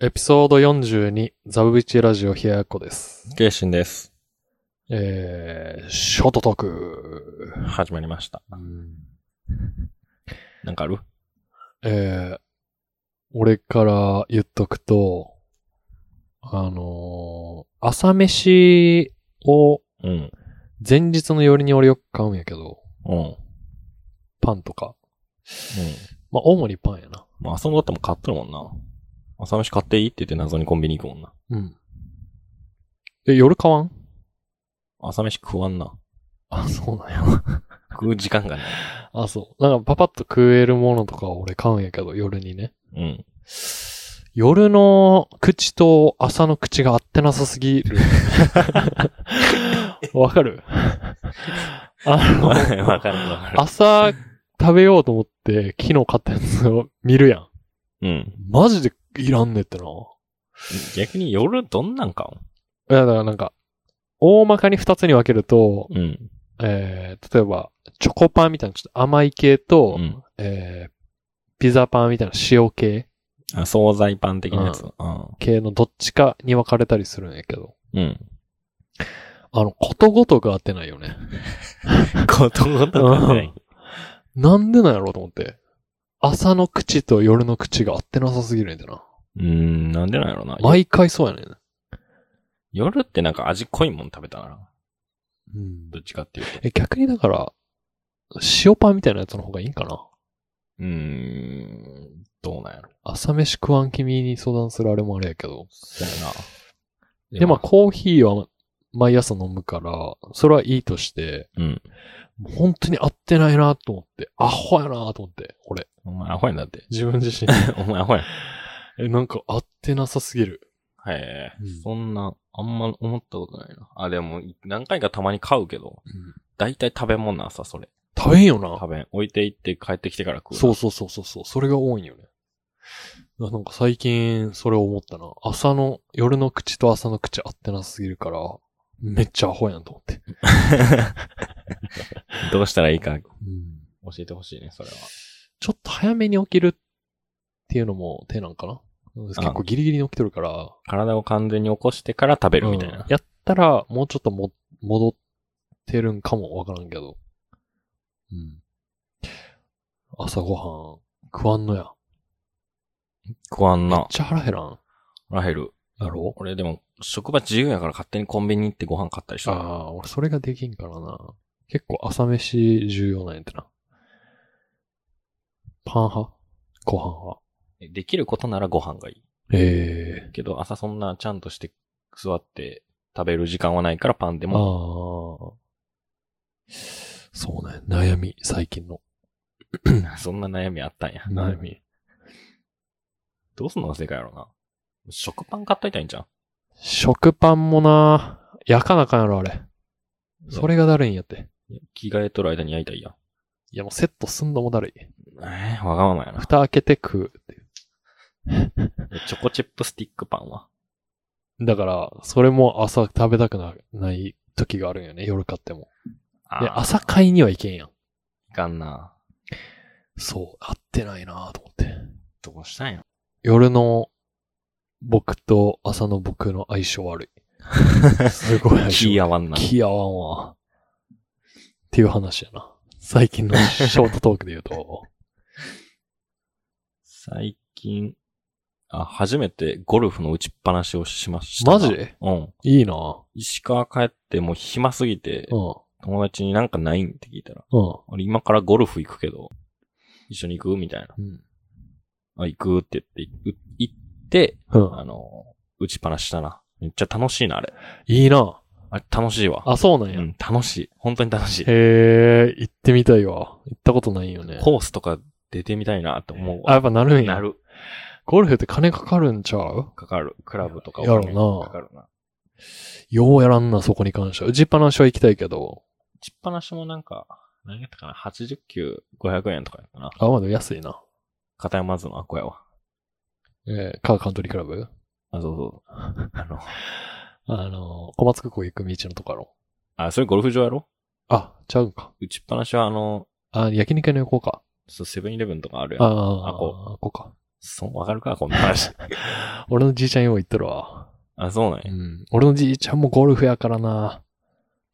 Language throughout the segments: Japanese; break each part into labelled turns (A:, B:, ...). A: エピソード42、ザブビチラジオ冷ややっこです。
B: ケイシンです。
A: えー、ショートトーク。
B: 始まりました。なんかある
A: えー、俺から言っとくと、あのー朝飯を
B: うん。
A: 前日の夜に俺よく買うんやけど、
B: うん。うん。
A: パンとか。まあ、主にパンやな。
B: まあ、朝のだっても買っとるもんな。朝飯買っていいって言って謎にコンビニ行くもんな。
A: うん。え、夜買わん
B: 朝飯食わんな。
A: あ、そうなんや。
B: 食う時間がない。
A: あ、そう。なんかパパッと食えるものとか俺買うんやけど、夜にね。
B: うん。
A: 夜の口と朝の口が合ってなさすぎ る。わかるあの、
B: わかるわかる。
A: 朝食べようと思って昨日買ったやつを見るやん。
B: うん。
A: マジでいらんねってな。
B: 逆に夜どんなんか
A: いや、だからなんか、大まかに二つに分けると、
B: うん。
A: えー、例えば、チョコパンみたいなちょっと甘い系と、
B: うん。
A: えー、ピザパンみたいな塩系
B: あ、惣菜パン的なやつ。うん。
A: 系のどっちかに分かれたりするんやけど、
B: うん。
A: あの、ことごとく合ってないよね。
B: ことごとくない。
A: なんでなんやろうと思って。朝の口と夜の口が合ってなさすぎるねんてな。
B: うーん、なんでなんやろな。
A: 毎回そうやねん。
B: 夜ってなんか味濃いもん食べたな。
A: うん
B: どっちかっていうと。
A: え、逆にだから、塩パンみたいなやつの方がいいんかな
B: うーん、どうなんやろ。
A: 朝飯食わん君に相談するあれもあれやけど。
B: そうやな。
A: で、まあ、コーヒーは毎朝飲むから、それはいいとして、
B: うん。
A: もう本当に合ってないなと思って、アホやなと思って、俺。
B: お前アホやんだって。
A: 自分自身。
B: お前アホやん。
A: え、なんか合ってなさすぎる。
B: はい、
A: うん
B: そんな、あんま思ったことないな。あ、でも、何回かたまに買うけど、だいたい食べんもんな、朝、それ。
A: 食べんよな。
B: 食べん。置いていって帰ってきてから食うな。
A: そうそうそうそうそう。それが多いんよね。ななんか最近、それを思ったな。朝の、夜の口と朝の口合ってなさすぎるから、めっちゃアホやんと思って。
B: どうしたらいいか教えてほしいね、それは。
A: ちょっと早めに起きるっていうのも手なんかな結構ギリギリに起きとるから。
B: 体を完全に起こしてから食べるみたい
A: うん
B: な。
A: やったら、もうちょっとも、戻ってるんかもわからんけど。うん。朝ごはん、食わんのや。
B: 食わん
A: めっ
B: な。
A: ちゃ腹減らん。
B: ラヘル。
A: やろ
B: 俺でも、職場自由やから勝手にコンビニ行ってご飯買ったりし
A: あ
B: た。
A: あ、俺それができんからな。結構朝飯重要なんやってな。パン派ご飯派
B: できることならご飯がいい。
A: ええ
B: けど、朝そんなちゃんとして座って食べる時間はないからパンで
A: ああ
B: も。。
A: そうね。悩み、最近の。
B: そんな悩みあったんや。
A: 悩み。
B: どうすんのが正解やろうな。食パン買っといたらいいんじゃん。
A: 食パンもな、焼かなあかんやろ、あれ。それがだるいんやって。
B: 着替えとる間に焼いたいやん。
A: いや、もうセットすんのもだるい。
B: えー、わがままやな。
A: 蓋開けて食うっていう。
B: チョコチップスティックパンは。
A: だから、それも朝食べたくなない時があるんよね、夜買っても。
B: あ
A: で、
B: ー
A: 朝買いにはいけんやん。
B: いかんな。
A: そう、合ってないなと思って。
B: どうしたんや。
A: 夜の僕と朝の僕の相性悪い。すごい相性
B: 気
A: 悪。。
B: 合わんない
A: 気合わんわ。っていう話やな。最近 のショートトークで言うと。
B: 最近、あ、初めてゴルフの打ちっぱなしをしました。
A: マジ
B: うん。
A: いいな
B: 石川帰ってもう暇すぎて、
A: うん。
B: 友達になんかないんって聞いたら、
A: うん。
B: 俺今からゴルフ行くけど、一緒に行くみたいな。
A: うん。
B: あ、行くって言って、う行って、
A: うん。
B: あの、打ちっぱなししたな。めっちゃ楽しいな、あれ。
A: いいな
B: あれ楽しいわ。
A: あ、そうなん
B: う
A: や。
B: ん、楽しい。本当に楽しい。
A: へえ、行ってみたいわ。行ったことないよね。
B: コースとか出てみたいなって思う
A: あ、
B: わ。
A: やっぱなるんや。
B: なる。
A: ゴルフって金かかるんちゃう
B: かかる。クラブとか
A: やろうな
B: 金かかるな。打
A: ようやらんな、そこに関しては。打ちっぱなしは行きたいけど。
B: ちっぱなしもなんか、何やったかな ?80 球500円とかやったな。
A: あ、まだ安いな。
B: 片山津のアコやわ。
A: えーカーカントリークラブ
B: あ、そうそう。 あの、
A: あのー、小松空港行く道のとこやろ。
B: あ、それゴルフ場やろ
A: あ、ちゃうんか。
B: 打ちっぱなしはあの、
A: あ、焼肉屋の横か。
B: そうセブンイレブンとかあるやん。
A: ああ
B: あこ
A: こか。
B: そう、わかるか、こんな話。
A: 俺のじいちゃんよう言っとるわ。
B: あ、そうなん
A: う
B: や。い
A: ん。俺のじいちゃんもゴルフやからな。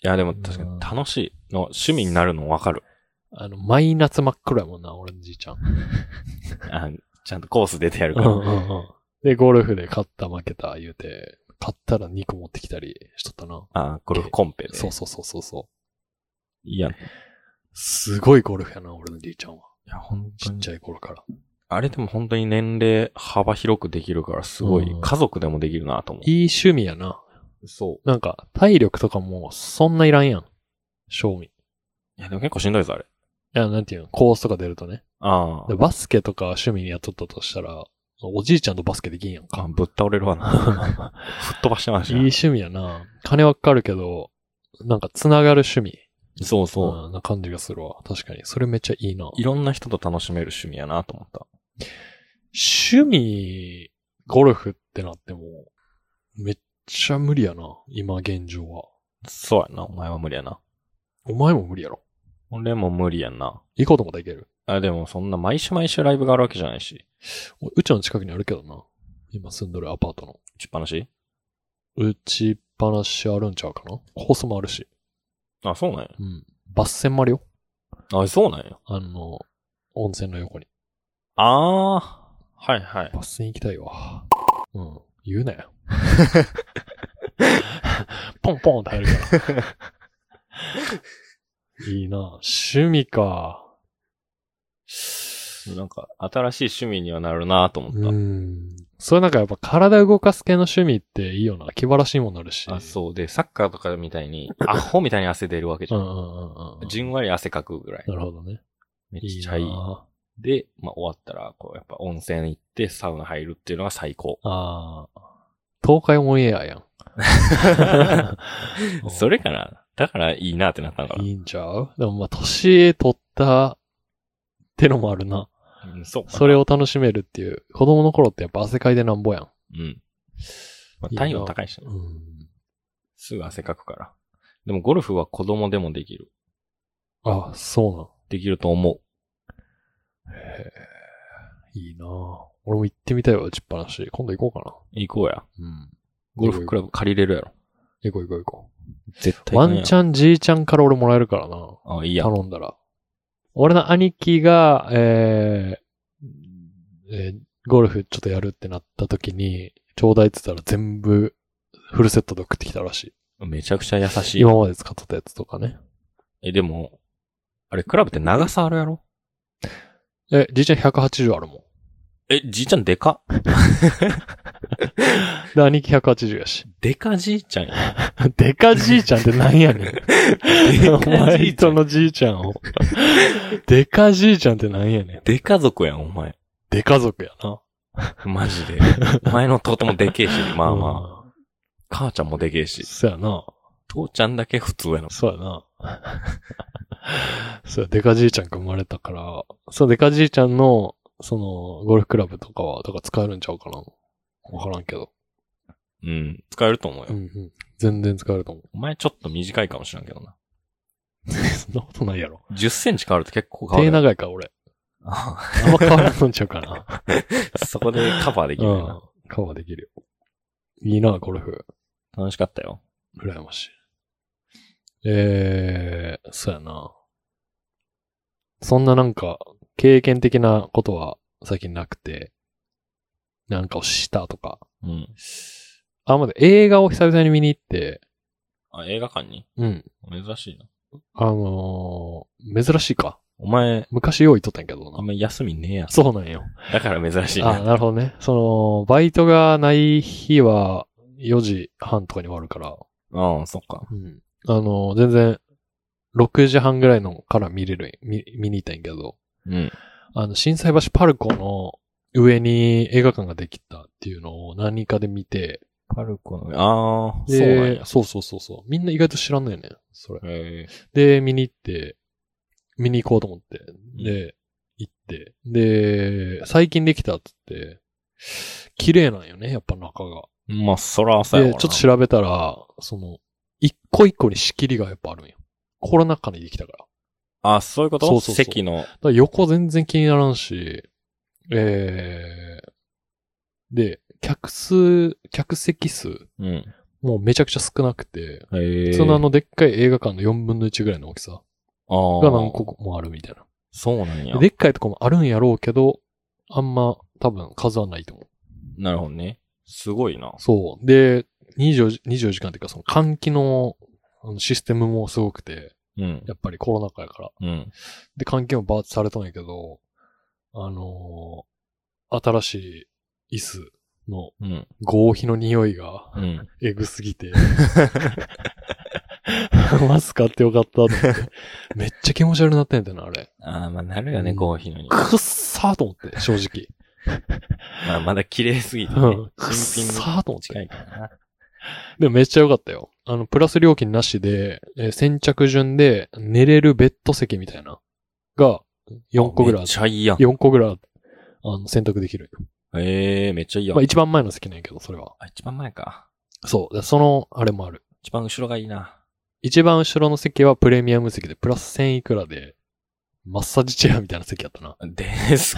B: や、でも確かに楽しいの、趣味になるのわかる。
A: あの、毎夏真っ黒やもんな、俺のじいちゃん。
B: あちゃんとコース出てやる
A: う
B: か
A: んうんう
B: ら。
A: ん。 で、ゴルフで勝った負けた言うて、勝ったら2個持ってきたりしとったな。
B: あ、ゴルフコンペで。
A: そうそうそうそうそう。
B: いや、い
A: すごいゴルフやな、俺のじいちゃんは。
B: や、ほん
A: ちっち
B: ゃい。
A: ゃい頃から。
B: あれでも本当に年齢幅広くできるから、すごい
A: うん、
B: 家族でもできるなと思
A: いい趣味やな。
B: う。そ。
A: なんか、体力とかもそんないらんやん。賞味。いう
B: いや、でも結構しんどいぞ、あれ。
A: や、なんていうの、コースとか出るとね。
B: あ
A: でバスケとか趣味にやっとったとしたら、おじいちゃんとバスケできんやん
B: あ。あ
A: か。
B: ぶっ倒れる わな。吹っ飛ばしてまし
A: い
B: た
A: い
B: ね。
A: 趣味やな。金はかかるけど、なんか繋がる趣味。
B: そうそう。
A: うんな感じがするわ。確かに。それめっちゃいいな。
B: いろんな人と楽しめる趣味やなと思った。
A: 趣味、ゴルフってなっても、めっちゃ無理やな。今現状は。
B: そうやな、お前は無理やな。
A: お前も無理やろ。
B: 俺も無理やんな。
A: 行こうともできる。
B: あ、でもそんな毎週毎週ライブがあるわけじゃないし。
A: おうちの近くにあるけどな。今住んどるアパートの。
B: 打ちっぱなし
A: 打ちっぱなしあるんちゃうかなコースもあるし。
B: あ、そうなん
A: うん。バッセンもあるよ。
B: や。あ、そうなんや。
A: あの、温泉の横に。
B: ああー、はいはい。
A: バッセン行きたいわ。うん。言うな よ。ポンポンって入るから。いいな趣味か。
B: なんか、新しい趣味にはなるなと思
A: う
B: っ
A: ん。そういうなんかやっぱ体動かす系の趣味っていいよな。気晴らしいもんなるし。
B: た。あ、そう。で、サッカーとかみた いに、アホみたいに汗出るわけじ
A: う
B: ゃ。
A: んうんんうんうん。
B: じんわり汗かくぐらい。
A: なるほどね。
B: めっ
A: いい
B: ち
A: な
B: ゃいい。で、まあ、終わったら、こう、やっぱ温泉行って、サウナ入るっていうのが 最高。
A: ああ。東海オンエアやん。
B: それかなだからいいなってなったのか
A: いいんちゃうでもまあ、年取ったってのもあるな。
B: な。うん、そうかな
A: それ。を楽しめるっていう。子供の頃ってやっぱ汗かいてなんぼやん。
B: うん。ま
A: いい
B: あ、
A: な
B: 体温高いしね、
A: うん。
B: すぐ汗かくから。でもゴルフは子供でもできる。
A: あ、そ
B: できると思う。
A: うなん。へえ。いいな俺も行ってみたいわ、打ちっぱなし。今度行こうか
B: 行こうや。
A: な。うん。
B: ゴルフクラブ借りれるやろ。
A: 行こう行こう行こ
B: 絶
A: う。
B: 対
A: ワンチ
B: ャン。
A: ャンじいちゃんから俺もらえるからな。
B: あ、いいや。
A: 頼んだら。俺の兄貴が、えーえーゴルフちょっとやるってなった時に、ちょうだいって言ったら全部フルセットで送ってきたらしい。
B: めちゃくちゃ優しい。
A: 今まで使ってたやつとかね。
B: え、でも、あれ、クラブって長さあるやろ
A: え、じいちゃん180あるも
B: え、じいちゃんでかっ
A: ん。で、兄貴180やし。
B: でかじいちゃん や。
A: でかじいちゃんってなんや ねん。お
B: でか
A: 前
B: じいちゃ
A: と
B: ん
A: のじいちゃんを。でかじいちゃんってなんやねん。
B: でか族やん、お前。
A: でか族やな。
B: マジで。お前の弟もでけえし、まあまあ。
A: あ。
B: 母ちゃんもでけえし。
A: そうやな。
B: 父ちゃんだけ普通やの。
A: そうやな。 そう、デカじいちゃんが生まれたから、そう、デカじいちゃんの、その、ゴルフクラブとかは、だから使えるんちゃうかな。わからんけど。
B: うん。使えると思う
A: うん
B: よ。
A: うん。全然使えると思う。
B: お前ちょっと短いかもしれんけどな。
A: そんなことないやろ。
B: 10センチ変わると結構変わる
A: 手
B: よ。
A: 長いから、俺。
B: あ
A: あんま変わらんのんちゃうかな。
B: そこでカバーできるよな。
A: うん。カバーできるよ。いいな、ゴルフ。
B: 楽しかったよ。
A: 羨ましい。えー、そうやな。そんななんか、経験的なことは最近なくて、なんかをしたとか。
B: うん。
A: あ、まだ映画を久々に見に行って、
B: あ、映画館に
A: うん。
B: 珍しいな。
A: あのー、珍しいか。
B: お前、
A: 昔用意とったんやけど
B: あん
A: な。
B: ま休みねえやん。
A: そうなんよ。
B: だから珍しい
A: あ、
B: な。
A: なるほどね。その、バイトがない日は4時半とかに終わるから、
B: うん、そっか。
A: うん。あのー、全然、6時半ぐらいのから見れる、見、見に行ったんやけど、
B: うん。
A: あの、震災橋パルコの上に映画館ができたっていうのを何かで見て、
B: パルコの、ああ、そうなん
A: で
B: や、。
A: そうそうそうそう。みんな意外と知らんのよね、それ。
B: へえ
A: で、見に行って、見に行こうと思って、で、行って、で、最近できたっつって、綺麗なんよね、やっぱ中が。
B: まあ、そら朝や
A: で、ちょ
B: わな
A: っと調べたら、その、一個一個に仕切りがやっぱあるんよ。コロナ禍にできたから。
B: あ、そういうこと
A: そうそうそう
B: 席の。
A: だから横全然気にならんし、えー、で、客数、客席数、
B: うん。
A: もうめちゃくちゃ少なくて、
B: へえ。
A: 普通のあのでっかい映画館の4分の1ぐらいの大きさ
B: ああ。
A: が何個もあるみたいな。
B: そうなんや。
A: ででっかいとこもあるんやろうけど、あんま多分数はないと思う。
B: なるほどね。すごいな。
A: そう。で、24時 ,24 時間っていうかその換気のあのシステムもすごくて、
B: うん。
A: やっぱりコロナ禍やから。
B: うん。
A: で、換気もバーッとされたんやけど、あのー新しい椅子の
B: うん。
A: 合皮の匂いが
B: うん。
A: えぐすぎ て、マス買ってよかったと思って。めっちゃ気持ち悪くなってんだよな、あれ。
B: ああ、まあなるよね、
A: うん
B: コーヒーのに。
A: くっさーと思って、正直。
B: まあまだ綺麗すぎてね。
A: うんくっ
B: 新
A: さ
B: 品に
A: ーと思って。
B: 近いからな。
A: でもめっちゃ良かったよ。あの、プラス料金なしで、えー先着順で寝れるベッド席みたいな、が4個ぐらいあ
B: めっ
A: っ
B: ちゃいいやん。
A: 4個ぐらいあってあの、選択できる。
B: ええ、めっちゃいいやん
A: まあ。一番前の席なんやけど、それは。
B: あ、一番前か。
A: そう。でその、あれもある。
B: 一番後ろがいいな。
A: 一番後ろの席はプレミアム席で、プラス1000いくらで、マッサージチェアみたいな席やったな。
B: です。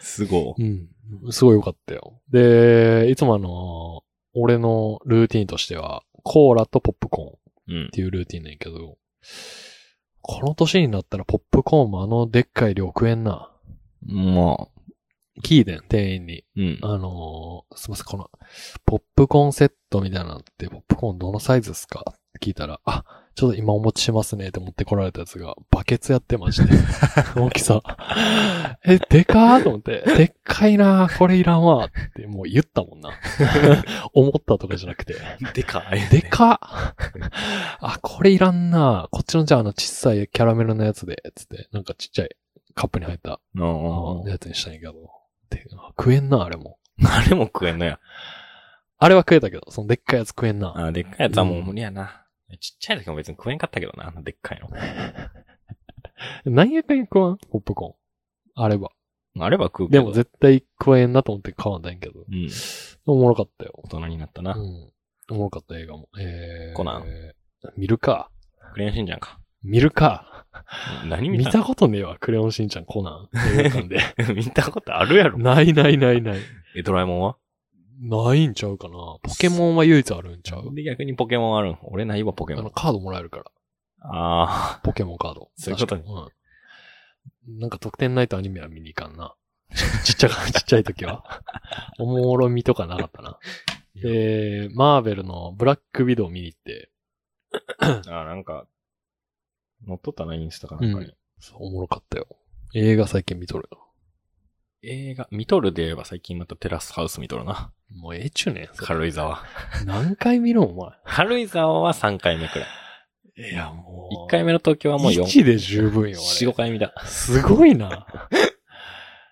B: すごい。
A: うん。すごい良かったよ。で、いつもあの、俺のルーティンとしては、コーラとポップコーンっ
B: うん。
A: ていうルーティンなんやけど、この年になったらポップコーンもあのでっかい量食えんな。
B: まあ、
A: 聞いてん、店員に。
B: うん。
A: あのーすいません、この、ポップコーンセットみたいなのって、ポップコーンどのサイズですかって聞いたら、あ、ちょっと今お持ちしますねって持ってこられたやつが、バケツやってま して。大きさ。え、でかーと思って、でっかいなーこれいらんわーって、もう言ったもんな。思ったとかじゃなくて。
B: でかい。
A: でかっあ、これいらんなこっちのじゃああの小さいキャラメルのやつで、つって、なんかちっちゃいカップに入った
B: うんうんうん
A: やつにしたんやけど。であ食えんな、あれも。
B: あれも食えんのや。
A: あれは食えたけど、そのでっかいやつ食えんな。
B: あでっかいやつはもう無理やな。ちっちゃい時も別に食えんかったけどな、あのでっかいの。
A: 何やかんや食わんポップコーン。あれば。
B: あれば食うけ
A: で
B: ど。
A: も絶対食えんなと思って買わんだんやけど。
B: うん。
A: おもろかったよ
B: 大。人になった
A: う
B: な。
A: ん。おもろかった映画も。えー、
B: コナン
A: 見るか。
B: クレヨンしんちゃんか。
A: 見るか。
B: 何見
A: 見
B: た
A: たことねえわ。クレヨンしんちゃんコナン。映画館で。
B: 見たことあるやろ。
A: ないないないない。
B: え、ドラえもんは
A: ないんちゃうかな。ポケモンは唯一あるんちゃう
B: で、逆にポケモンあるん。俺ないわ、ポケ
A: あ
B: モ
A: の、
B: ン。
A: カードもらえるから。
B: あ
A: ポケモンカード。
B: そういうことね
A: 確かにうん。なんか特典ないとアニメは見に行かんな。ちっちゃか、 ちっちゃい時は。 おもろみとかなかったな。で、マーベルのブラックビドウ見に行って、
B: あ。あなんか、乗っとったな、インスタかなんかに。
A: うそうおもろかったよ。映画最近見とるよ。
B: 映画、見とるで言えば最近またテラスハウス見とるな。
A: もうええっちゅうねん。それ
B: 軽井沢。
A: 何回見るんお前。
B: 軽井沢は3回目くらい。
A: いや、も
B: 1回目の東京はもう4、
A: 1で十分よ、あ
B: 4、5回見た。
A: れ。すごいな。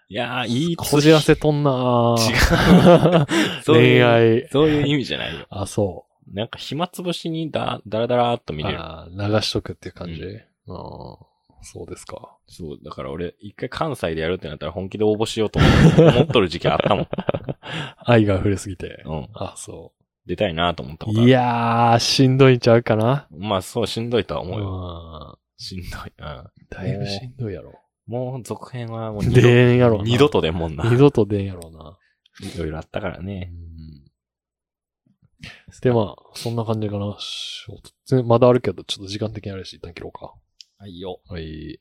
B: いやー、いい
A: こじらせとんな
B: 違う
A: 恋。愛。
B: そういう意味じゃないよ。
A: あ、そ
B: なんか暇つぶしにだ、だらだらーっと
A: う。
B: 見れる。
A: あー流しとくっていう感じ。
B: う
A: あーそうですか。
B: そう、だから俺、一回関西でやるってなったら本気で応募しようと思っ て、思っとる時期あったもん。
A: 愛が溢れすぎて。
B: うん。
A: あ、そ
B: 出たいなと思った
A: う。
B: ことある。
A: いやー、しんどいんちゃうかな。
B: まあそう、しんどいとは思うよ。
A: よ。
B: しんどい。うん。
A: だいぶしんどいやろ。
B: もう続編はもう
A: 出
B: 度。
A: えんやろうな。
B: 二度とでもんな。
A: 二度と出んやろうな。
B: いろいろあったからね。
A: で、まあ、そんな感じかな。しまだあるけど、ちょっと時間的にあれし、一旦切ろうか。
B: はいよ。
A: はい。